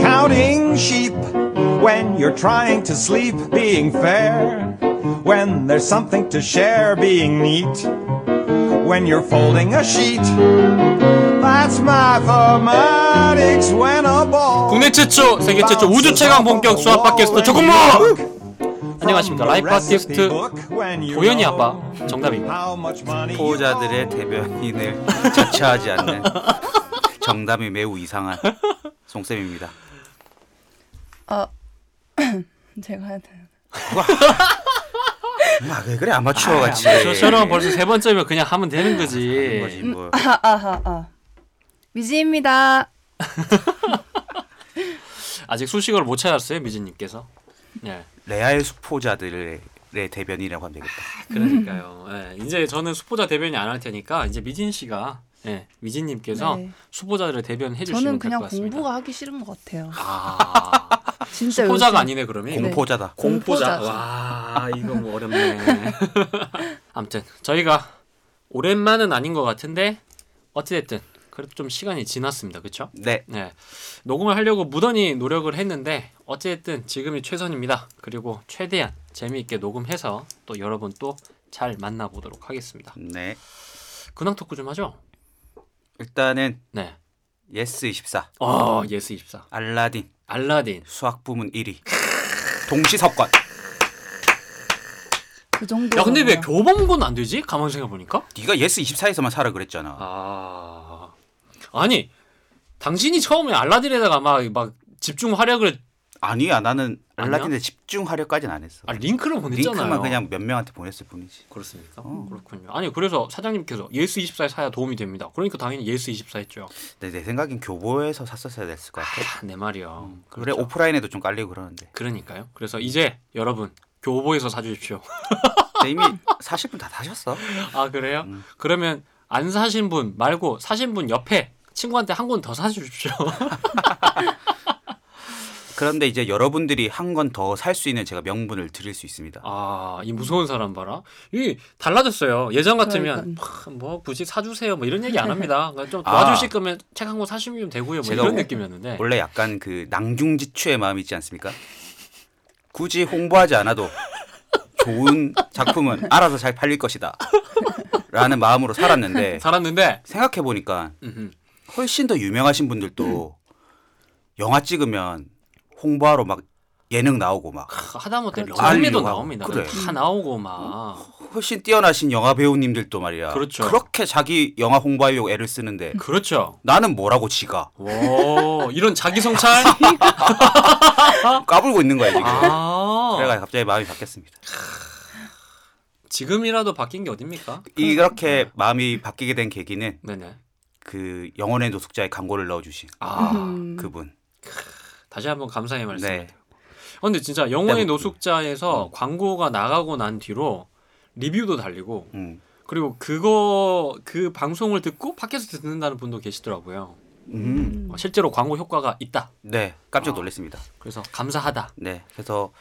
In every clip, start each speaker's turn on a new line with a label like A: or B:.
A: Counting sheep when you're trying to sleep, being fair. When there's something to share, being neat. When you're folding a sheet. That's mathematics when a ball.
B: 국내 최초, 세계 최초 우주 최강 본격 수학 팟캐스트 조금모! 안녕하십니까. 라이프 아티스트 도현이 아빠 정답입니다.
C: 후보자들의 대변인을 자처하지 않는 정담이 매우 이상한 송쌤입니다.
D: 아 제가 해야 되나?
C: 막 그래 아마추어 같이.
B: 저처럼 벌써 세 번째면 그냥 하면 되는
C: 하는
B: 거지.
C: 거지 뭐.
D: 아아하아 미지입니다.
B: 아직 수식어를 못 찾았어요, 미진님께서. 네.
C: 레알 수포자들의 대변인이라고 하면 되겠다.
B: 아, 그러니까요. 예, 이제 저는 수포자 대변이 안 할 테니까 이제 미진 씨가 예, 미진님께서
D: 네.
B: 수포자들을 대변해
D: 저는
B: 주시면 될
D: 그냥
B: 것 같습니다.
D: 공부가 하기 싫은 것 같아요.
B: 아,
D: 진짜
B: 수포자가
D: 요즘-
B: 아니네 그러면.
D: 네.
C: 공포자다.
B: 공포자.
D: 공포자죠.
B: 와 이거 뭐 어렵네. 아무튼 저희가 오랜만은 아닌 것 같은데 어찌됐든 그래도 좀 시간이 지났습니다. 그렇죠?
C: 네.
B: 네. 녹음을 하려고 무던히 노력을 했는데 어쨌든 지금이 최선입니다. 그리고 최대한 재미있게 녹음해서 또 여러분 또 잘 만나보도록 하겠습니다.
C: 네.
B: 근황 토크 좀 하죠.
C: 일단은
B: 네.
C: 예스 24
B: 어 예스 24
C: 알라딘
B: 알라딘
C: 수학 부문 1위 동시 석권.
D: 그 정도.
B: 야 근데 왜 교보문고는 안 되지? 가만 생각해보니까
C: 네가 예스 24에서만 살아 그랬잖아.
B: 아 아니 당신이 처음에 알라딘에다가 막 막 집중 활약을
C: 아니야 나는
B: 아니야?
C: 알라딘에 집중하려까지는 안 했어.
B: 아, 링크로 보냈잖아요
C: 링크만 그냥 몇 명한테 보냈을 뿐이지.
B: 그렇습니까?
C: 어.
B: 그렇군요 아니 그래서 사장님께서 예스24에 사야 도움이 됩니다 그러니까 당연히 예스24 했죠
C: 내, 내 생각엔 교보에서 샀었어야 됐을 것 같아.
B: 아, 내 말이요
D: 음,
C: 그래
D: 그렇죠.
C: 오프라인에도 좀 깔리고 그러는데
B: 그러니까요 그래서 이제 여러분 교보에서 사주십시오
C: 근데 이미 사실 분다 다셨어
B: 아 그래요?
D: 음.
B: 그러면 안 사신 분 말고 사신 분 옆에 친구한테 한 권 더 사주십시오
C: 그런데 이제 여러분들이 한 건 더 살 수 있는 제가 명분을 드릴 수 있습니다
B: 아, 이 무서운 사람 봐라. 이 달라졌어요. 예전 같으면
D: 그러니까.
B: 하, 뭐 굳이 사주세요 뭐 이런 얘기 안 합니다. 그러니까 좀
C: 아.
B: 도와주실 거면 책 한 권 사시면 되고요. 뭐
C: 제가
B: 이런
C: 원-
B: 느낌이었는데.
C: 원래 약간 그 낭중지추의 마음이 있지 않습니까 굳이 홍보하지 않아도 좋은 작품은 알아서 잘 팔릴 것이다 라는 마음으로 살았는데
B: 살았는데
C: 생각해보니까
B: 음, 음.
C: 훨씬 더 유명하신 분들도 영화 찍으면 홍보하러 막 예능 나오고 막
B: 크, 하다못해
D: 그렇죠. 음.
B: 명함에도
C: 알리려고 하고.
B: 나옵니다.
C: 그래.
B: 다 나오고 막
C: 훨씬 뛰어나신 영화 배우님들도 말이야
B: 그렇죠.
C: 그렇게 자기 영화 홍보하려고 애를 쓰는데
B: 그렇죠.
C: 나는 뭐라고 지가
B: 오, 이런 자기 성찰.
C: 까불고 있는 거야 지금.
B: 어? 아,
C: 그래가 갑자기 마음이 바뀌었습니다.
B: 지금이라도 바뀐 게 어딥니까?
C: 이렇게 마음이 바뀌게 된 계기는
B: 네네.
C: 그 영혼의 노숙자의 광고를 넣어주신
B: 아,
D: 음.
C: 그분.
B: 다시 한번 감사의 말씀. 어,
C: 네. 음.
B: 근데 진짜 영혼의
C: 때부터.
B: 노숙자에서 광고가 나가고 난 뒤로 리뷰도 달리고
C: 음.
B: 그리고 그거 그 방송을 듣고 팟캐스트 듣는다는 분도 계시더라고요.
C: 음.
B: 어, 실제로 광고 효과가 있다.
C: 네,
B: 아.
C: 깜짝 놀랐습니다.
B: 그래서 감사하다.
C: 네, 그래서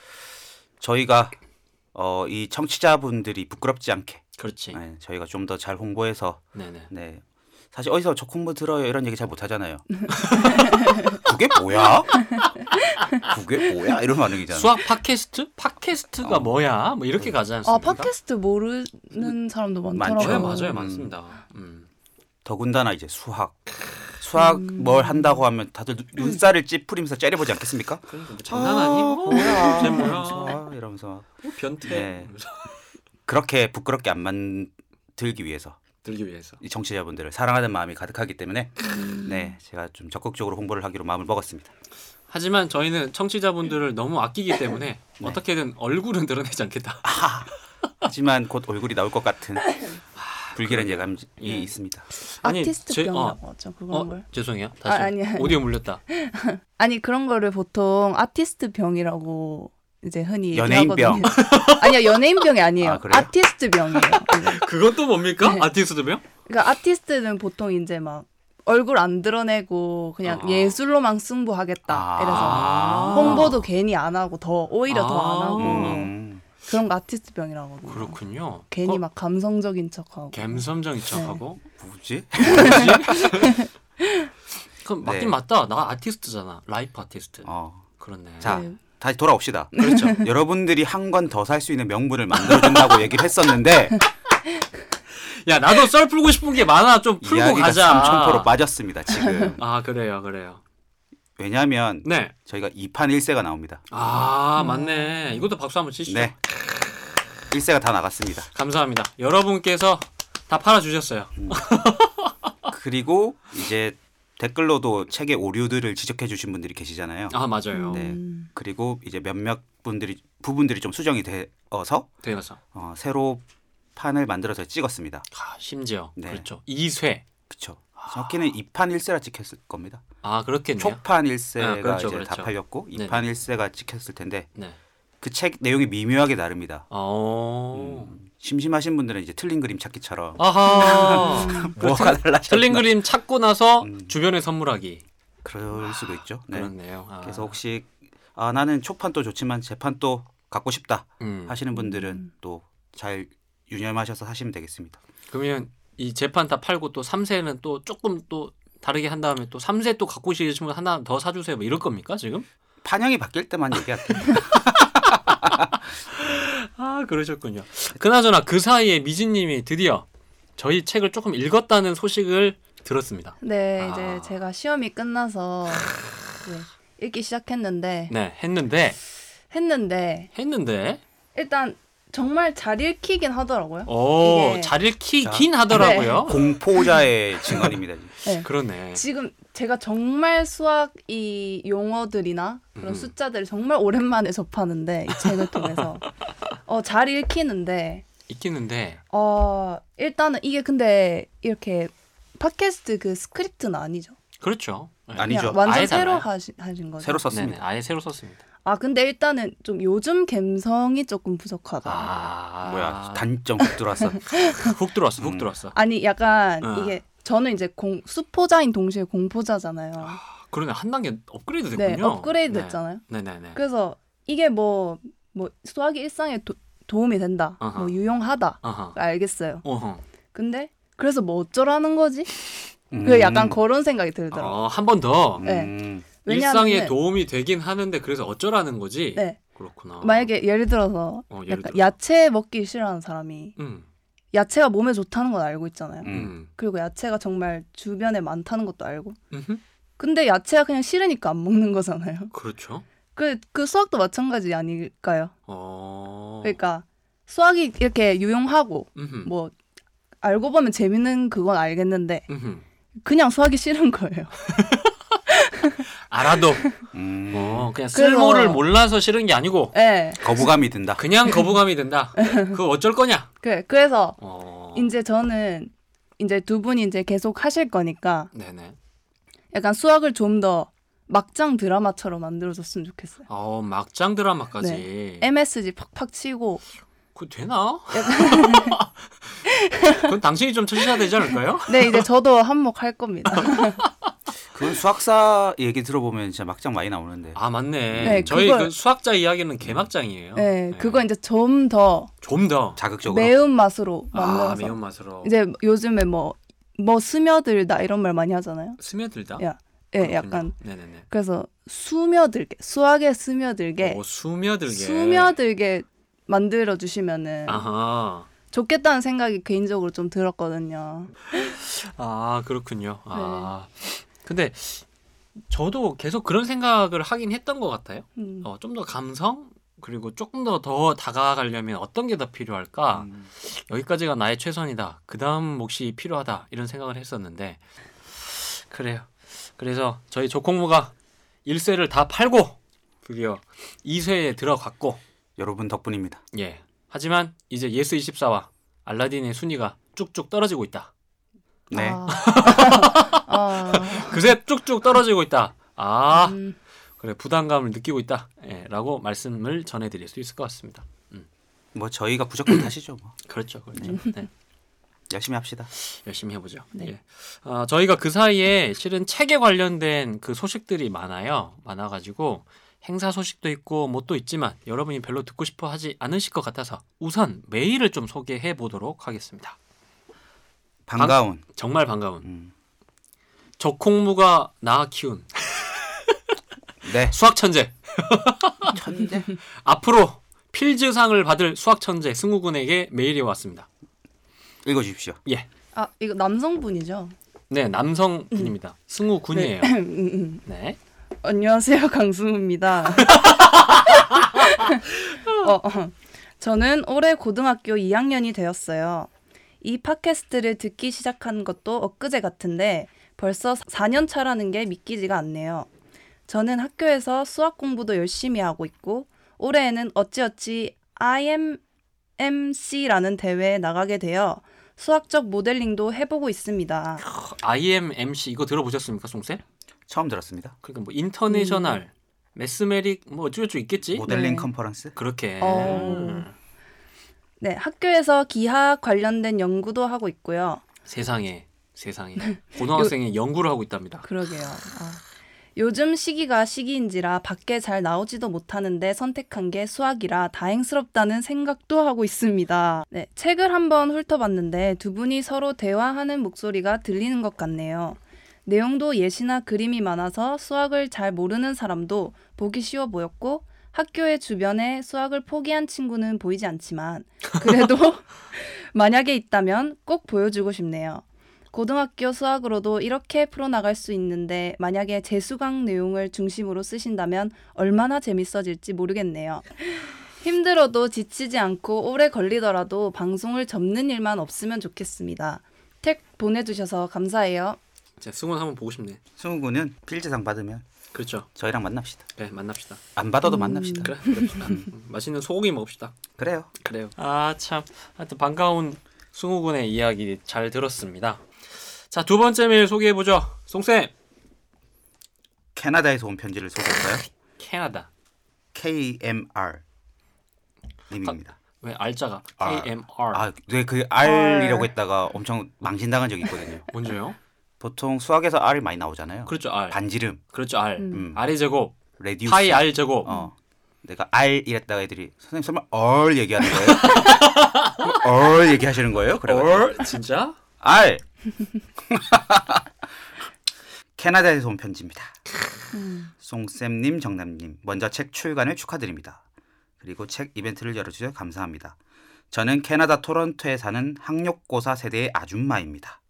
C: 저희가 어, 이 청취자분들이 부끄럽지 않게
B: 그렇지.
C: 네, 저희가 좀 더 잘 홍보해서
B: 네네.
C: 네. 사실 어디서 저 콤보 들어요 이런 얘기 잘 못하잖아요. 그게 뭐야? 그게 뭐야? 이런 반응이잖아.
B: 수학 팟캐스트? 팟캐스트가
C: 어.
B: 뭐야? 뭐 이렇게 가지 않습니까?
D: 아 팟캐스트 모르는 사람도
C: 많죠.
B: 네,
D: 많더라고요.
B: 맞아요,
C: 음.
B: 맞습니다. 음.
C: 더군다나 이제 수학. 수학 뭘 한다고 하면 다들 눈- 눈살을 찌푸리면서 째려보지 않겠습니까?
B: 그러니까 뭐 장난 아니고 뭐야? 쟤 뭐야?
C: 이러면서, 이러면서 막
B: 뭐 변태.
C: 네.
B: 이러면서
C: 그렇게 부끄럽게 안 만들기 위해서
B: 들기 위해서.
C: 이 청취자분들을 사랑하는 마음이 가득하기 때문에
B: 음.
C: 네 제가 좀 적극적으로 홍보를 하기로 마음을 먹었습니다.
B: 하지만 저희는 청취자분들을 너무 아끼기 때문에 어떻게든 얼굴은 드러내지 않겠다.
C: 하지만 곧 얼굴이 나올 것 같은 아, 불길한 예감이
B: 예.
C: 있습니다.
B: 제-
D: 아티스트
B: 어,
D: 병이라고 하죠 그런
B: 어,
D: 걸.
B: 죄송해요. 다시
D: 아, 아니야, 아니야.
B: 오디오 물렸다.
D: 아니 그런 거를 보통 아티스트 병이라고 이제 흔히
C: 연예인
D: 얘기하거든요. 아니요 연예인 병이 아니에요.
C: 아, 그래요?
D: 아티스트 병이에요. 이거.
B: 그건 또 뭡니까?
D: 네.
B: 아티스트 명?
D: 그러니까 아티스트는 보통 이제 막 얼굴 안 드러내고 그냥
B: 아.
D: 예술로만 승부하겠다.
C: 아.
D: 이래서 홍보도 괜히 안 하고 더 오히려 더 안
B: 아.
D: 하고
C: 음,
D: 그런 거 아티스트 병이라고. 하거든요.
B: 그렇군요.
D: 괜히
B: 어,
D: 막 네. 감성적인 척하고.
B: 감성적인 척하고
C: 뭐지?
B: 그럼 맞긴
C: 네.
B: 맞다. 나 아티스트잖아. 라이프 아티스트.
C: 어.
B: 그렇네.
C: 자,
D: 네.
C: 다시 돌아옵시다. 그렇죠. 여러분들이 한 권 더 살 수 있는 명분을 만들어준다고 얘기를 했었는데
B: 야 나도 썰 풀고 싶은 게 많아. 좀 풀고
C: 이야기가
B: 가자.
C: 삼천포로 빠졌습니다. 지금
B: 아 그래요, 그래요.
C: 왜냐하면
B: 네.
C: 저희가 2판 1세가 나옵니다.
B: 아 맞네. 이것도 박수 한번 치시죠.
C: 네, 1세가 다 나갔습니다.
B: 감사합니다. 여러분께서 다 팔아주셨어요.
C: 아. 그리고 이제 댓글로도 책의 오류들을 지적해주신 분들이 계시잖아요.
B: 아 맞아요.
C: 네. 그리고 이제 몇몇 분들이 부분들이 좀 수정이 되어서
B: 되면서
C: 어, 새로 판을 만들어서 찍었습니다.
B: 아, 심지어
C: 네.
B: 그렇죠. 2쇄.
C: 그렇죠. 정확히는 2판 1세라 찍혔을 겁니다.
B: 아 그렇겠네요.
C: 초판 1세가
B: 아, 그렇죠,
C: 이제
B: 그렇죠.
C: 다 팔렸고
B: 네네.
C: 2판 1세가 찍혔을 텐데
B: 네.
C: 그 책 내용이 미묘하게 다릅니다.
B: 어.
C: 심심하신 분들은 이제 틀린 그림 찾기처럼
B: 아, 아하. 그렇죠.
C: 뭐가 달라졌나?
B: 틀린 그림 찾고 나서
C: 음.
B: 주변에 선물하기.
C: 그럴 수도 있죠. 네.
B: 그렇네요. 아.
C: 그래서 혹시 아 나는 초판도 좋지만 재판도 갖고 싶다
B: 음.
C: 하시는 분들은 또 잘 유념하셔서 하시면 되겠습니다.
B: 그러면 이 재판 다 팔고 또 3세는 또 조금 또 다르게 한 다음에 또 3세 또 갖고 싶으신 분 하나 더 사주세요. 뭐 이럴 겁니까 지금?
C: 판형이 바뀔 때만 얘기할게요.
B: 아 그러셨군요. 그나저나 그 사이에 미진님이 드디어 저희 책을 조금 읽었다는 소식을 들었습니다.
D: 네,
B: 아.
D: 이제 제가 시험이 끝나서 네, 읽기 시작했는데
B: 네, 했는데
D: 했는데
B: 했는데
D: 일단 정말 잘 읽히긴 하더라고요.
B: 어, 오
D: 이게-
B: 자리를 키,
C: 자,
B: 긴 하더라고요.
C: 공포자의 증언입니다.
D: 네.
B: 그러네.
D: 지금 제가 정말 수학 이 용어들이나 그런
B: 음.
D: 숫자들을 정말 오랜만에 접하는데 이 책을 통해서 어, 잘 읽히는데
B: 있기는데
D: 어, 일단은 이게 근데 이렇게 팟캐스트 그 스크립트는 아니죠.
B: 그렇죠. 네.
C: 아니, 아니죠.
D: 그냥 완전
B: 아예
D: 새로
B: 달라요.
D: 하시, 하신 거죠.
C: 새로
B: 네네,
C: 썼습니다.
B: 아예 새로 썼습니다.
D: 아 근데 일단은 좀 요즘 감성이 조금 부족하다.
B: 아그
C: 뭐야 단점 훅 들어왔어.
B: 훅 들어왔어, 훅
C: 음.
B: 들어왔어.
D: 아, 니 약간
B: 아.
D: 이게 저는 이제 공, 수포자인 동시에 공포자잖아요.
B: 그러네 한 단계 업그레이드 됐군요.
D: 네 업그레이드 됐잖아요.
B: 네네네.
D: 그래서 이게 뭐 뭐 수학이 일상에 도, 도움이 된다,
B: 아하.
D: 뭐 유용하다
B: 아하.
D: 알겠어요.
B: 어허.
D: 근데 그래서 뭐 어쩌라는 거지?
C: 음.
D: 그 약간 그런 생각이 들더라고. 요
B: 어, 한 번 더.
D: 네.
C: 음.
B: 일상에 도움이 되긴 하는데 그래서 어쩌라는 거지.
D: 네
B: 그렇구나.
D: 만약에 예를 들어서
B: 어, 예를
D: 약간
B: 들어서.
D: 야채 먹기 싫어하는 사람이
B: 음.
D: 야채가 몸에 좋다는 건 알고 있잖아요.
B: 음.
D: 그리고 야채가 정말 주변에 많다는 것도 알고.
B: 음흠.
D: 근데 야채가 그냥 싫으니까 안 먹는 거잖아요.
B: 그렇죠.
D: 그, 그 수학도 마찬가지 아닐까요?
B: 어.
D: 그러니까 수학이 이렇게 유용하고
B: 음흠.
D: 뭐 알고 보면 재밌는 그건 알겠는데
B: 음흠.
D: 그냥 수학이 싫은 거예요.
B: 알아도
C: 음.
B: 어, 그냥 쓸모를
D: 뭐
B: 몰라서 싫은 게 아니고
D: 예.
C: 거부감이 든다.
B: 그냥 거부감이 든다. 그거 어쩔 거냐?
D: 그, 그래서
B: 어.
D: 이제 저는 이제 두 분이 이제 계속 하실 거니까
B: 네네.
D: 약간 수학을 좀 더 막장 드라마처럼 만들어줬으면 좋겠어요.
B: 어, 막장 드라마까지.
D: 네. MSG 팍팍 치고
B: 그거 되나? 그건 당신이 좀 쳐주셔야 되지 않을까요?
D: 네 이제 저도 한몫 할 겁니다.
B: 아,
C: 그건 수학사 얘기 들어보면 진짜 막장 많이 나오는데.
B: 아 맞네.
D: 네,
B: 저희
D: 그걸-
B: 그 수학자 이야기는 개막장이에요.
D: 네 그거 이제 좀 더
B: 좀 더.
C: 자극적으로.
D: 매운 맛으로
B: 아
D: 만들어서
B: 매운맛으로
D: 이제 요즘에 뭐 뭐 스며들다 이런 말 많이 하잖아요.
B: 스며들다.
D: 야, 예,
B: 그렇군요.
D: 약간
B: 네네네.
D: 그래서 스며들게 수학에 스며들게
B: 오, 스며들게.
D: 스며들게 만들어 주시면은
B: 아하.
D: 좋겠다는 생각이 개인적으로 좀 들었거든요.
B: 아 그렇군요. 아
D: 네.
B: 근데 저도 계속 그런 생각을 하긴 했던 것 같아요.
D: 음.
B: 어, 좀 더 감성 그리고 조금 더 더 다가가려면 어떤 게 더 필요할까?
C: 음.
B: 여기까지가 나의 최선이다. 그 다음 몫이 필요하다. 이런 생각을 했었는데 그래요. 그래서 저희 조콩무가 1세를 다 팔고 드디어 2세에 들어갔고
C: 여러분 덕분입니다.
B: 예. 하지만 이제 예스 24와 알라딘의 순위가 쭉쭉 떨어지고 있다.
C: 네.
D: 아. 아.
B: 그새 쭉쭉 떨어지고 있다. 아
D: 음.
B: 그래 부담감을 느끼고 있다. 예, 라고 말씀을 전해드릴 수 있을 것 같습니다.
C: 뭐 저희가 무조건 다시죠. 뭐.
B: 그렇죠, 그렇죠. 네.
C: 열심히 합시다.
B: 열심히 해보죠.
D: 네.
B: 예. 아, 저희가 그 사이에 실은 책에 관련된 그 소식들이 많아요. 많아가지고 행사 소식도 있고 뭐 또 있지만 여러분이 별로 듣고 싶어 하지 않으실 것 같아서 우선 메일을 좀 소개해 보도록 하겠습니다.
C: 반가운.
B: 정말 반가운
C: 음.
B: 적콩무가 나 키운
C: 네.
B: 수학 천재
C: 천재.
B: 앞으로 필즈상을 받을 수학 천재 승우 군에게 메일이 왔습니다.
C: 읽어 주십시오.
B: 예.
D: 아 이거 남성분이죠?
B: 네, 남성 분입니다. 승우 군이에요.
D: 음, 음.
B: 네.
D: 안녕하세요 강승우입니다. 어, 어. 저는 올해 고등학교 2학년이 되었어요. 이 팟캐스트를 듣기 시작한 것도 엊그제 같은데 벌써 4년 차라는 게 믿기지가 않네요. 저는 학교에서 수학 공부도 열심히 하고 있고 올해에는 어찌어찌 IMMC라는 대회에 나가게 되어 수학적 모델링도 해보고 있습니다.
B: IMMC 이거 들어보셨습니까, 송쌤?
C: 처음 들었습니다.
B: 그러니까 뭐 인터내셔널 매스메릭 뭐 어쩌고저쩌고 있겠지?
C: 모델링
D: 네.
C: 컨퍼런스?
B: 그렇게.
D: 어.
B: 음.
D: 네, 학교에서 기하 관련된 연구도 하고 있고요.
B: 세상에. 세상에. 고등학생이 연구를 하고 있답니다.
D: 그러게요. 아. 요즘 시기가 시기인지라 밖에 잘 나오지도 못하는데 선택한 게 수학이라 다행스럽다는 생각도 하고 있습니다. 네, 책을 한번 훑어봤는데 두 분이 서로 대화하는 목소리가 들리는 것 같네요. 내용도 예시나 그림이 많아서 수학을 잘 모르는 사람도 보기 쉬워 보였고 학교의 주변에 수학을 포기한 친구는 보이지 않지만 그래도 만약에 있다면 꼭 보여주고 싶네요. 고등학교 수학으로도 이렇게 풀어나갈 수 있는데 만약에 재수강 내용을 중심으로 쓰신다면 얼마나 재밌어질지 모르겠네요. 힘들어도 지치지 않고 오래 걸리더라도 방송을 접는 일만 없으면 좋겠습니다. 택 보내주셔서 감사해요.
B: 자, 승훈 한번 보고 싶네.
C: 승우군은 필즈상 받으면
B: 그렇죠.
C: 저희랑 만납시다.
B: 그래, 만납시다.
C: 안 받아도 만납시다.
B: 그래, 그럽시다. 음, 맛있는 소고기 먹읍시다.
C: 그래요.
B: 그래요. 아 참. 하여튼 반가운 승우 군의 이야기 잘 들었습니다. 자, 두 번째 메일 소개해 보죠. 송쌤.
C: 캐나다에서 온 편지를 소개할까요?
B: 캐나다.
C: KMR 님입니다.
B: 왜 알자가
C: R.
B: KMR.
C: 아, 왜 그 R이라고 했다가 엄청 망신당한 적이 있거든요.
B: 뭔지요?
C: 보통 수학에서 R이 많이 나오잖아요.
B: 그렇죠 R.
C: 반지름,
B: 그렇죠 R.
C: 음.
B: R의 제곱.
C: 레디우스.
B: 파이 R 제곱.
C: 어. 내가 R 이랬다가 애들이 선생님 설마 얼 얘기하는 거예요? 얼 얘기하시는 거예요? 그래 가지고
B: 어? 진짜?
C: R. 캐나다에서 온 편지입니다.
D: 음.
C: 송쌤님, 정남님, 먼저 책 출간을 축하드립니다. 그리고 책 이벤트를 열어주셔서 감사합니다. 저는 캐나다 토론토에 사는 학력고사 세대의 아줌마입니다.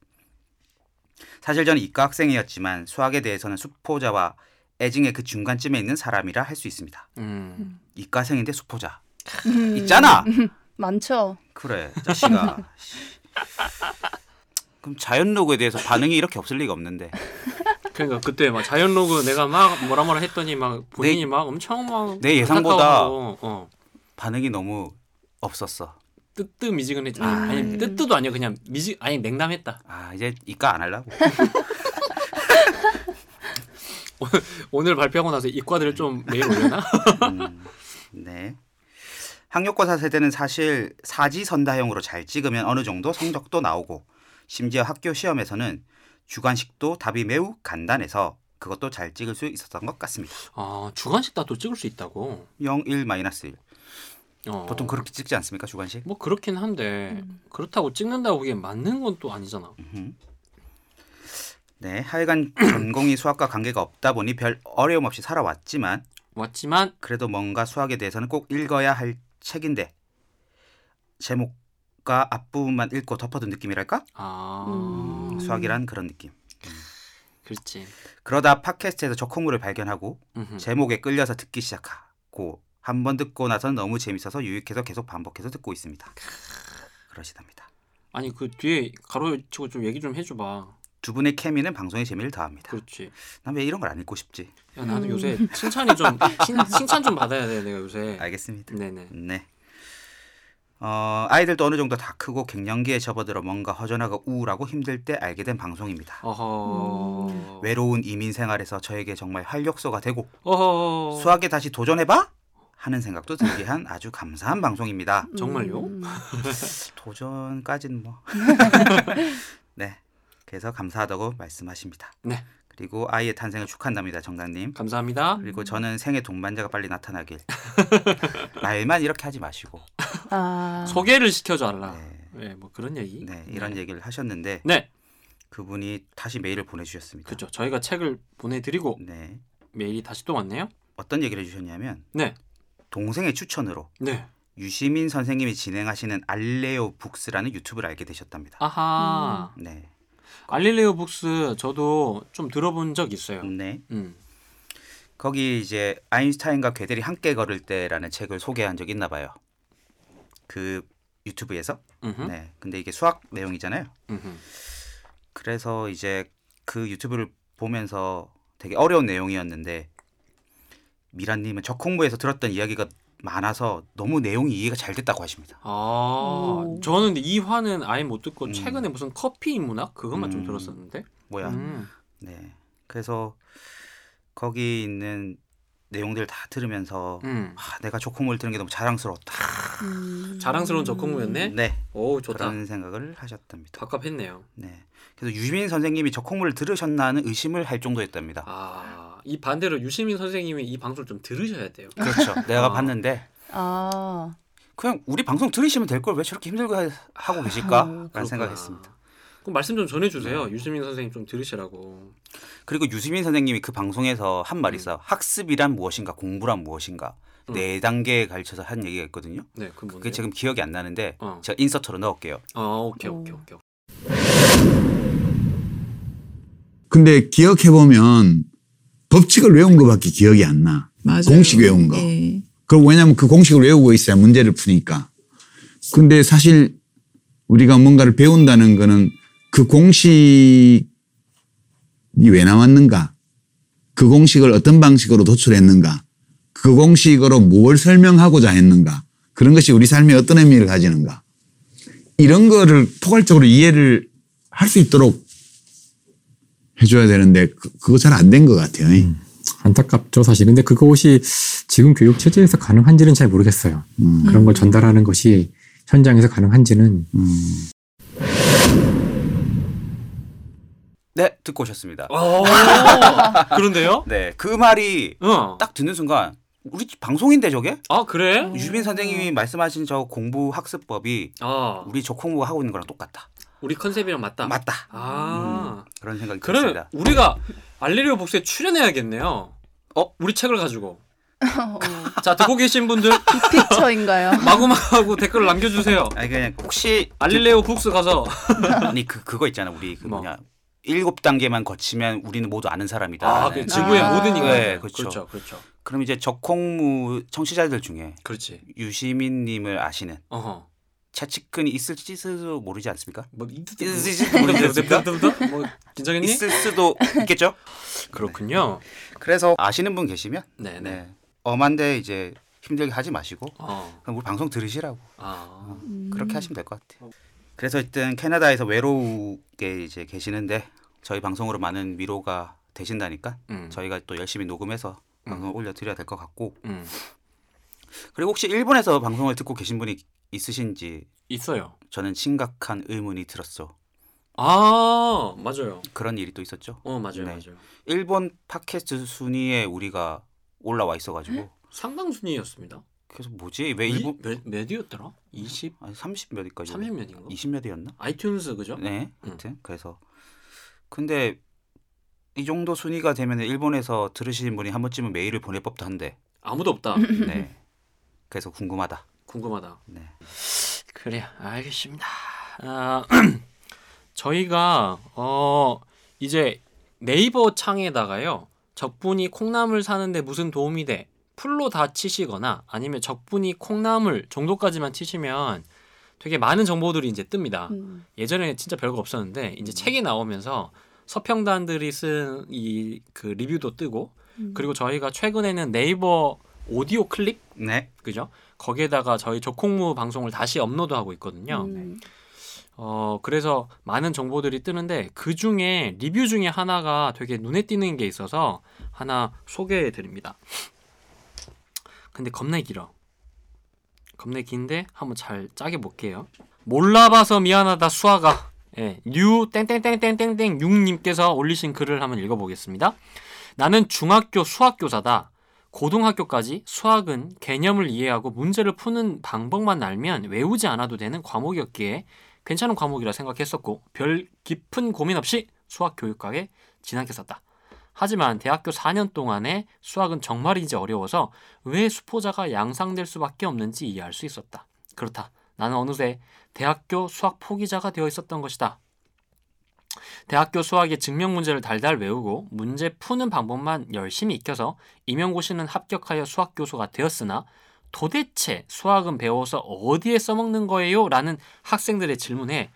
C: 사실 저는 이과 학생이었지만 수학에 대해서는 수포자와 애증의 그 중간쯤에 있는 사람이라 할 수 있습니다.
B: 음.
C: 이과생인데 수포자 있잖아.
D: 많죠.
C: 그래 자식아 씨. 그럼 자연로그에 대해서 반응이 이렇게 없을 리가 없는데
B: 그러니까 그때 막 자연로그 내가 막 뭐라 뭐라 했더니 막 본인이
C: 내-
B: 막 엄청 막
C: 내 예상보다-
B: 안타까워하고, 어.
C: 반응이 너무 없었어
B: 뜨뜨 미지근했지.
C: 음.
B: 아니 뜨뜨도 아니야 그냥 미지 아니 냉담했다.
C: 아 이제 이과 안 하려고
B: 오늘 발표하고 나서 이과들을 좀 메일 올려나?
C: 음, 네 학력고사 세대는 사실 사지선다형으로 잘 찍으면 어느 정도 성적도 나오고 심지어 학교 시험에서는 주관식도 답이 매우 간단해서 그것도 잘 찍을 수 있었던 것 같습니다
B: 아 주간식 다 또 찍을 수 있다고.
C: 0, 1, 마이너스 1
B: 어.
C: 보통 그렇게 찍지 않습니까 주관식?
B: 뭐 그렇긴 한데
D: 음.
B: 그렇다고 찍는다고 그게 맞는 건 또 아니잖아.
C: 음. 네, 하여간 전공이 수학과 관계가 없다 보니 별 어려움 없이 살아왔지만
B: 맞지만
C: 그래도 뭔가 수학에 대해서는 꼭 읽어야 할 책인데 제목과 앞부분만 읽고 덮어둔 느낌이랄까?
B: 아
D: 음.
C: 수학이란 그런 느낌.
B: 그렇지.
C: 그러다 팟캐스트에서 저콩물을 발견하고
B: 음흠.
C: 제목에 끌려서 듣기 시작하고 한 번 듣고 나선 너무 재밌어서 유익해서 계속 반복해서 듣고 있습니다. 그러시답니다.
B: 아니 그 뒤에 가로치고 좀 얘기 좀 해줘봐.
C: 두 분의 케미는 방송의 재미를 더합니다.
B: 그렇지.
C: 난 왜 이런 걸 안 읽고 싶지?
B: 야 나는
D: 음.
B: 요새 칭찬이 좀 칭, 칭찬 좀 받아야 돼 내가 요새.
C: 알겠습니다.
B: 네네.
C: 네. 어, 아이들도 어느 정도 다 크고 갱년기에 접어들어 뭔가 허전하고 우울하고 힘들 때 알게 된
B: 어.
C: 방송입니다.
B: 어허.
C: 외로운 이민 생활에서 저에게 정말 활력소가 되고
B: 어허.
C: 수학에 다시 도전해봐 하는 생각도 들게 한 아주 감사한 방송입니다.
B: 정말요?
D: 음.
C: 도전까지는 뭐. 네. 그래서 감사하다고 말씀하십니다.
B: 네.
C: 그리고 아이의 탄생을 축하한답니다, 정당님.
B: 감사합니다.
C: 그리고 저는 생애 동반자가 빨리 나타나길. 말만 이렇게 하지 마시고.
D: 아,
B: 소개를 시켜줘라.
C: 네.
B: 네. 뭐 그런 얘기.
C: 네, 이런 얘기를 하셨는데
B: 네.
C: 그분이 다시 메일을 보내주셨습니다.
B: 그죠. 저희가 책을 보내드리고
C: 네.
B: 메일이 다시 또 왔네요.
C: 어떤 얘기를 해주셨냐면
B: 네,
C: 동생의 추천으로
B: 네.
C: 유시민 선생님이 진행하시는 알레오 북스라는 유튜브를 알게 되셨답니다.
B: 아하.
C: 네.
B: 알릴레오 북스 저도 좀 들어본 적 있어요.
C: 네.
B: 음.
C: 거기 이제 아인슈타인과 괴델이 함께 걸을 때라는 책을 소개한 적이 있나 봐요. 그 유튜브에서.
B: 음흠.
C: 네. 근데 이게 수학 내용이잖아요.
B: 음흠.
C: 그래서 이제 그 유튜브를 보면서 되게 어려운 내용이었는데 미란님은 저 콩부에서 들었던 이야기가 많아서 너무 내용이 이해가 잘 됐다고 하십니다.
B: 아,
D: 오.
B: 저는 이 화는 아예 못 듣고
C: 음.
B: 최근에 무슨 커피 인문학 그것만 좀
C: 음.
B: 들었었는데.
C: 뭐야?
B: 음.
C: 네. 그래서 거기 있는 내용들 다 들으면서
B: 음.
C: 아, 내가 저 콩을 들은 게 너무 자랑스러웠다.
D: 음.
B: 자랑스러운 적공부였네.
C: 네.
B: 오, 좋다. 어.
C: 그런 생각을 하셨답니다.
B: 답답했네요.
C: 네. 그래서 유민 선생님이 저 콩물을 들으셨나 하는 의심을 할 정도였답니다.
B: 아, 이 반대로 유시민 선생님이 이 방송을 좀 들으셔야 돼요.
C: 그렇죠. 내가
B: 아.
C: 봤는데
D: 아.
C: 그냥 우리 방송 들으시면 될 걸 왜 저렇게 힘들게 하- 하고
B: 그렇구나.
C: 계실까라는 생각했습니다. 네.
B: 그럼 말씀 좀 전해주세요. 유시민 선생님 좀 들으시라고.
C: 그리고 유시민 선생님이 그 방송에서 한 말이 있어. 요 학습이란 무엇인가, 공부란 무엇인가
B: 음.
C: 네 단계에 걸쳐서 한 얘기가 있거든요.
B: 네, 그 뭔데?
C: 그게 지금 기억이 안 나는데
B: 어.
C: 제가 인서트로 넣을게요.
B: 아, 오케이,
D: 어.
B: 오케이, 오케이.
E: 근데 기억해보면 법칙을 외운 거밖에 기억이 안 나.
F: 맞아요.
E: 공식 외운 거.
F: 예.
E: 그럼 왜냐면 그 공식을 외우고 있어야 문제를 푸니까. 근데 사실 우리가 뭔가를 배운다는 거는 그 공식이 왜 나왔는가? 그 공식을 어떤 방식으로 도출했는가? 그 공식으로 뭘 설명하고자 했는가? 그런 것이 우리 삶에 어떤 의미를 가지는가? 이런 거를 포괄적으로 이해를 할 수 있도록 해줘야 되는데 그, 그거 잘 안 된 것 같아요.
G: 안타깝죠 사실. 근데 그것이 지금 교육 체제에서 가능한지는 잘 모르겠어요.
E: 음.
G: 그런 걸 전달하는 것이 현장에서 가능한지는
E: 음.
C: 네, 듣고 오셨습니다.
B: 오! 아, 그런데요?
C: 네, 그 말이
B: 어.
C: 딱 듣는 순간 우리 방송인데 저게?
B: 아,
D: 음.
B: 그래?
C: 유시민 선생님이 말씀하신 저 공부 학습법이
B: 아,
C: 우리 저 콩부 하고 있는 거랑 똑같다.
B: 우리 컨셉이랑 맞다.
C: 맞다. 음,
B: 아,
C: 그런 생각이
B: 그러면
C: 들었습니다.
B: 우리가 알레리오 복수에 출연해야겠네요.
C: 어?
B: 우리 책을 가지고.
D: 어,
B: 자, 듣고 계신 분들
D: 빅픽처인가요?
B: 마구마구 댓글을 남겨주세요.
C: 아니 그냥 혹시
B: 알릴레오 북스 가서
C: 아니 그 그거 있잖아 우리 그
B: 뭐.
C: 뭐냐 일곱 단계만 거치면 우리는 모두 아는 사람이다.
B: 아, 그
C: 라는.
B: 지구의
D: 아.
B: 모든 인간.
C: 네, 그렇죠.
B: 그렇죠, 그렇죠.
C: 그럼 이제 적콩무 청취자들 중에
B: 그렇지.
C: 유시민님을 아시는
B: 어허.
C: 차치근이 있을지 스스로 모르지 않습니까?
B: 뭐 이뜻
C: 있을지 모르지 않습니까?
B: 뭐 긴장했니?
C: 있을 수도 있겠죠.
B: 그렇군요.
C: 그래서 아시는 분 계시면
B: 네, 네.
C: 네 엄한데 이제 힘들게 하지 마시고
B: 어.
C: 그럼 우리 방송 들으시라고.
B: 아.
C: 그렇게 하시면 될 것 같아요. 그래서 일단 캐나다에서 외로우게 이제 계시는데 저희 방송으로 많은 위로가 되신다니까
B: 음.
C: 저희가 또 열심히 녹음해서 방송을 올려드려야 될 것 같고
B: 음.
C: 그리고 혹시 일본에서 방송을 듣고 계신 분이 있으신지
B: 있어요.
C: 저는 심각한 의문이 들었어.
B: 아, 맞아요.
C: 그런 일이 또 있었죠.
B: 어, 맞아요.
C: 네.
B: 맞아요.
C: 일본 팟캐스트 순위에 우리가 올라와 있어가지고
B: 상당 순위였습니다.
C: 그래서 뭐지 왜
B: 이-
C: 일본
B: 몇, 네, 몇이었더라? 20,
C: 아니 30 몇위까지
B: 30 몇인가?
C: 20 몇이었나?
B: 아이튠즈 그죠?
C: 네, 하여튼 그래서 근데 이 정도 순위가 되면 일본에서 들으시는 분이 한 번쯤은 메일을 보낼 법도 한데,
B: 아무도 없다.
C: 네, 그래서 궁금하다.
B: 궁금하다.
C: 네,
B: 그래요. 알겠습니다. 아, 저희가 어 이제 네이버 창에다가요. 적분이 콩나물 사는데 무슨 도움이 돼? 풀로 다 치시거나 아니면 적분이 콩나물 정도까지만 치시면 되게 많은 정보들이 이제 뜹니다.
D: 음.
B: 예전에 진짜 별거 없었는데 이제 책이 나오면서 서평단들이 쓴 이 그 리뷰도 뜨고
D: 음.
B: 그리고 저희가 최근에는 네이버 오디오 클립
C: 네,
B: 그죠? 거기에다가 저희 조콩무 방송을 다시 업로드하고 있거든요.
D: 음.
B: 어, 그래서 많은 정보들이 뜨는데 그 중에 리뷰 중에 하나가 되게 눈에 띄는 게 있어서 하나 소개해 드립니다. 근데 겁나 길어. 겁나 긴데 한번 잘 짜게 볼게요. 몰라봐서 미안하다 수아가 예, 뉴 땡땡땡땡땡땡 육님께서 올리신 글을 한번 읽어보겠습니다. 나는 중학교 수학교사다. 고등학교까지 수학은 개념을 이해하고 문제를 푸는 방법만 알면 외우지 않아도 되는 과목이었기에 괜찮은 과목이라 생각했었고 별 깊은 고민 없이 수학 교육과에 진학했었다. 하지만 대학교 4년 동안에 수학은 정말이지 어려워서 왜 수포자가 양상될 수밖에 없는지 이해할 수 있었다. 그렇다. 나는 어느새 대학교 수학 포기자가 되어 있었던 것이다. 대학교 수학의 증명 문제를 달달 외우고 문제 푸는 방법만 열심히 익혀서 임용고시는 합격하여 수학 교수가 되었으나 도대체 수학은 배워서 어디에 써먹는 거예요? 라는 학생들의 질문에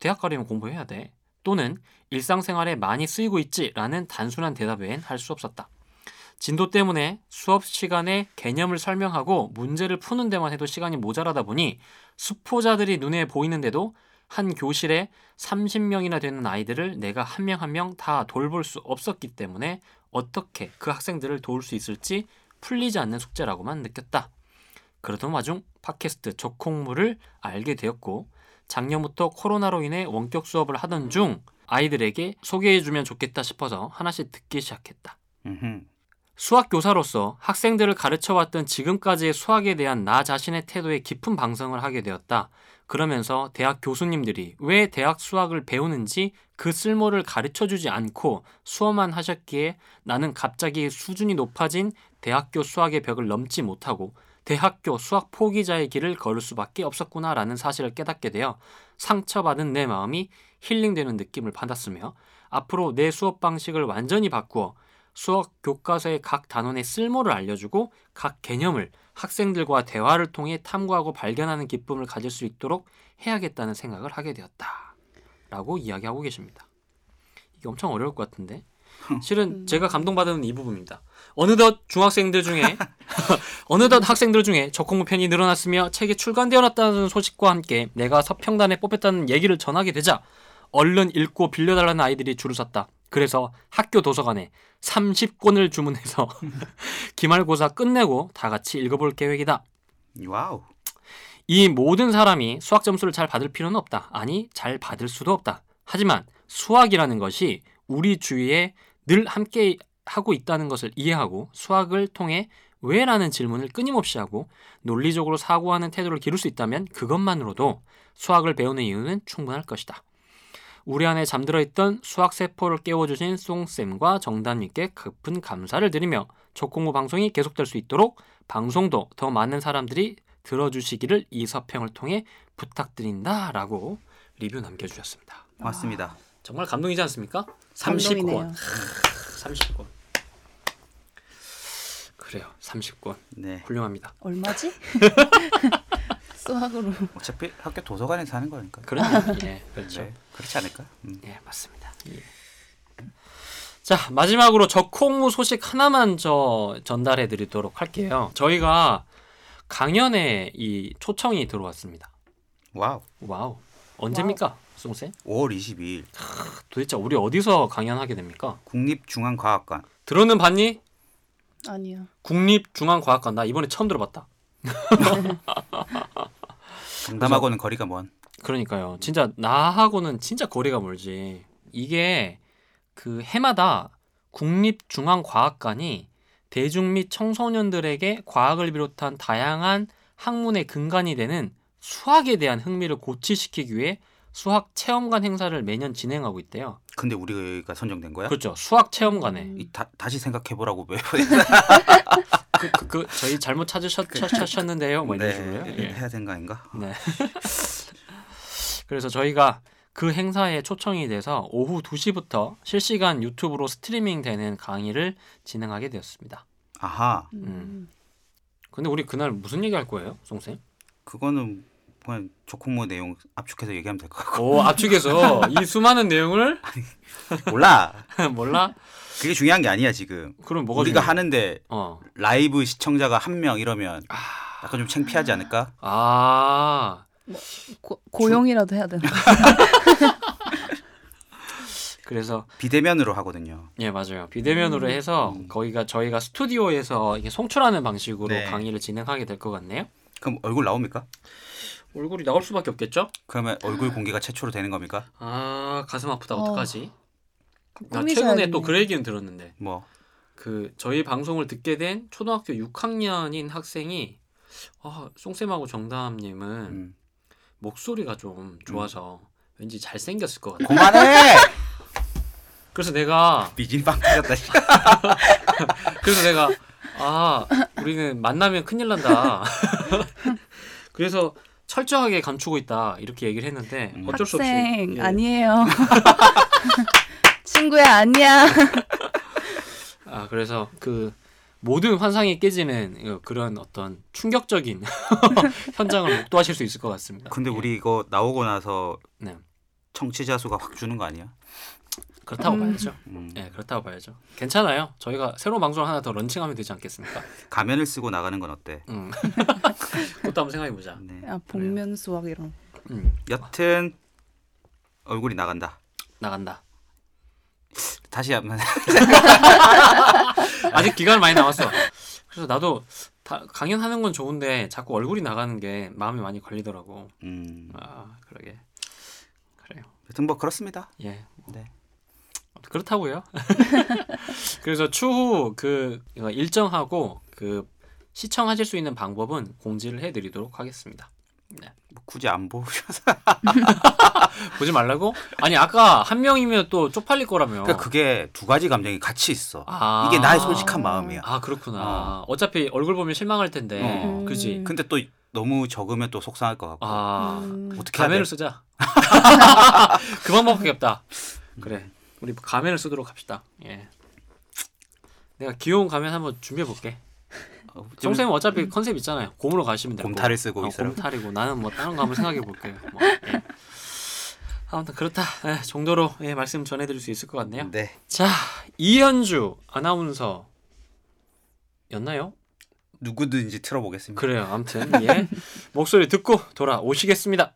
B: 대학 가려면 공부해야 돼. 또는 일상생활에 많이 쓰이고 있지 라는 단순한 대답엔 할 수 없었다. 진도 때문에 수업 시간에 개념을 설명하고 문제를 푸는 데만 해도 시간이 모자라다 보니 수포자들이 눈에 보이는데도 한 교실에 30명이나 되는 아이들을 내가 한 명 한 명 다 돌볼 수 없었기 때문에 어떻게 그 학생들을 도울 수 있을지 풀리지 않는 숙제라고만 느꼈다. 그러던 와중 팟캐스트 조콩물을 알게 되었고 작년부터 코로나로 인해 원격 수업을 하던 중 아이들에게 소개해주면 좋겠다 싶어서 하나씩 듣기 시작했다.
C: 음흠.
B: 수학 교사로서 학생들을 가르쳐왔던 지금까지의 수학에 대한 나 자신의 태도에 깊은 방성을 하게 되었다. 그러면서 대학 교수님들이 왜 대학 수학을 배우는지 그 쓸모를 가르쳐 주지 않고 수업만 하셨기에 나는 갑자기 수준이 높아진 대학교 수학의 벽을 넘지 못하고 대학교 수학 포기자의 길을 걸을 수밖에 없었구나라는 사실을 깨닫게 되어 상처받은 내 마음이 힐링되는 느낌을 받았으며 앞으로 내 수업 방식을 완전히 바꾸어 수학 교과서의 각 단원의 쓸모를 알려주고 각 개념을 학생들과 대화를 통해 탐구하고 발견하는 기쁨을 가질 수 있도록 해야겠다는 생각을 하게 되었다. 라고 이야기하고 계십니다. 이게 엄청 어려울 것 같은데. 실은 제가 감동받은 이 부분입니다. 어느덧 중학생들 중에 어느덧 학생들 중에 적공부 편이 늘어났으며 책이 출간되어났다는 소식과 함께 내가 서평단에 뽑혔다는 얘기를 전하게 되자 얼른 읽고 빌려달라는 아이들이 줄을 섰다. 그래서 학교 도서관에 30권을 주문해서 기말고사 끝내고 다 같이 읽어볼 계획이다.
C: 와우.
B: 이 모든 사람이 수학 점수를 잘 받을 필요는 없다. 아니, 잘 받을 수도 없다. 하지만 수학이라는 것이 우리 주위에 늘 함께 하고 있다는 것을 이해하고 수학을 통해 왜라는 질문을 끊임없이 하고 논리적으로 사고하는 태도를 기를 수 있다면 그것만으로도 수학을 배우는 이유는 충분할 것이다. 우리 안에 잠들어 있던 수학 세포를 깨워주신 송쌤과 정단님께 깊은 감사를 드리며 적공부 방송이 계속될 수 있도록 방송도 더 많은 사람들이 들어주시기를 이 서평을 통해 부탁드린다라고 리뷰 남겨주셨습니다.
C: 고맙습니다.
B: 정말 감동이지 않습니까?
D: 감동이네요.
B: 30권. 30권. 그래요. 30권.
C: 네.
B: 훌륭합니다.
D: 얼마지? 수학으로.
C: 어차피 학교 도서관에서 하는 거니까.
B: 그런 예, 그렇죠.
C: 네, 그렇지 않을까? 음.
B: 예, 맞습니다. 예. 자, 마지막으로 적콩무 소식 하나만 저 전달해 드리도록 할게요. 저희가 강연에 이 초청이 들어왔습니다.
C: 와우.
B: 와우. 언제입니까? 송쌤?
C: 5월 22일
B: 도대체 우리 어디서 강연하게 됩니까?
C: 국립중앙과학관
B: 들어는 봤니?
D: 아니요.
B: 국립중앙과학관 나 이번에 처음 들어봤다.
C: 강남하고는 거리가 먼.
B: 그러니까요. 진짜 나하고는 진짜 거리가 멀지. 이게 그 해마다 국립중앙과학관이 대중 및 청소년들에게 과학을 비롯한 다양한 학문의 근간이 되는 수학에 대한 흥미를 고취시키기 위해 수학 체험관 행사를 매년 진행하고 있대요.
C: 근데 우리가 선정된 거야?
B: 그렇죠. 수학 체험관에
C: 이, 다, 다시 생각해보라고 왜?
B: 그, 그- 그 저희 잘못 찾으셨 는데요뭐
C: 네.
B: 이런 식으로요. 예.
C: 해야 된거 아닌가?
B: 네. 그래서 저희가 그 행사에 초청이 돼서 오후 2시부터 실시간 유튜브로 스트리밍 되는 강의를 진행하게 되었습니다.
C: 아하,
B: 음. 근데 우리 그날 무슨 얘기 할 거예요, 송쌤?
C: 그거는 그냥 조콩모 내용 압축해서 얘기하면 될 것 같고
B: 오, 압축해서 이 수많은 내용을
C: 몰라.
B: 몰라?
C: 그게 중요한 게 아니야 지금.
B: 그럼 뭐가
C: 우리가
B: 중요해?
C: 하는데
B: 어.
C: 라이브 시청자가 한 명 이러면 약간 좀 창피하지 않을까?
B: 아.
D: 고, 고용이라도 해야 되나?
B: 그래서
C: 비대면으로 하거든요.
B: 예, 맞아요.
C: 음.
B: 비대면으로 해서 거기가 저희가 스튜디오에서 이게 송출하는 방식으로
C: 네.
B: 강의를 진행하게 될 것 같네요.
C: 그럼 얼굴 나옵니까?
B: 얼굴이 나올 수밖에 없겠죠?
C: 그러면 얼굴 공개가 최초로 되는 겁니까?
B: 아, 가슴 아프다.
D: 어.
B: 어떡하지? 나 최근에
D: 꾸미셔야겠네.
B: 또 그 얘기는 들었는데
C: 뭐
B: 그 저희 방송을 듣게 된 초등학교 6학년인 학생이 아, 송쌤하고 정다함님은
C: 음.
B: 목소리가 좀 좋아서 왠지 잘생겼을 것 같아.
C: 그만해!
B: 그래서 내가
C: 미진이 빵 터졌다. 씨.
B: 그래서 내가 아 우리는 만나면 큰일 난다. 그래서 철저하게 감추고 있다 이렇게 얘기를 했는데
C: 음.
B: 어쩔 수 없이
D: 학생
B: 예.
D: 아니에요. 친구야 아니야.
B: 아 그래서 그 모든 환상이 깨지는 어, 그런 어떤 충격적인 현장을 목도하실 수 있을 것 같습니다.
C: 근데
B: 예.
C: 우리 이거 나오고 나서
B: 네
C: 청취자 수가 확 주는 거 아니야?
B: 그렇다고
D: 음.
B: 봐야죠.
C: 음.
B: 예 그렇다고 봐야죠. 괜찮아요. 저희가 새로운 방송을 하나 더 런칭하면 되지 않겠습니까?
C: 가면을 쓰고 나가는 건 어때?
B: 음. 아, 그것도 한번 생각해 보자.
C: 네.
D: 야, 아, 복면 수학 이런.
B: 음,
C: 여튼 얼굴이 나간다.
B: 나간다.
C: 다시 한번
B: 아직 기간 많이 남았어. 그래서 나도 다, 강연하는 건 좋은데 자꾸 얼굴이 나가는 게 마음이 많이 걸리더라고.
C: 음.
B: 아 그러게. 그래요.
C: 여튼 뭐 그렇습니다.
B: 예.
C: 네.
B: 그렇다고요. 그래서 추후 그 일정하고 그 시청하실 수 있는 방법은 공지를 해드리도록 하겠습니다.
C: 뭐 굳이 안 보셔서
B: 어. 보지 말라고? 아니 아까 한 명이면 또 쪽팔릴 거라며.
C: 그러니까 그게 두 가지 감정이 같이 있어.
B: 아.
C: 이게 나의 솔직한 마음이야.
B: 아 그렇구나. 어. 차피 얼굴 보면 실망할 텐데.
C: 어.
B: 그지.
D: 음.
C: 근데 또 너무 적으면 또 속상할 것 같고
B: 아
D: 음.
C: 어떻게 해야 돼?
B: 가면을 쓰자. 그 방법밖에 없다.
C: 음.
B: 그래. 우리 가면을 쓰도록 합시다. 예. 내가 귀여운 가면 한번 준비해 볼게.
C: 어, 좀
B: 정쌤은 어차피 컨셉 있잖아요. 곰으로 가시면 돼요.
C: 곰탈을 쓰고
B: 아,
C: 있어요.
B: 곰탈이고 나는 뭐 다른 거 한번 생각해 볼게요. 뭐, 예. 아무튼 그렇다 예, 정도로 예, 말씀 전해드릴 수 있을 것 같네요.
C: 네.
B: 자 이현주 아나운서 였나요?
C: 누구든지 틀어보겠습니다.
B: 그래요. 아무튼 예. 목소리 듣고 돌아오시겠습니다.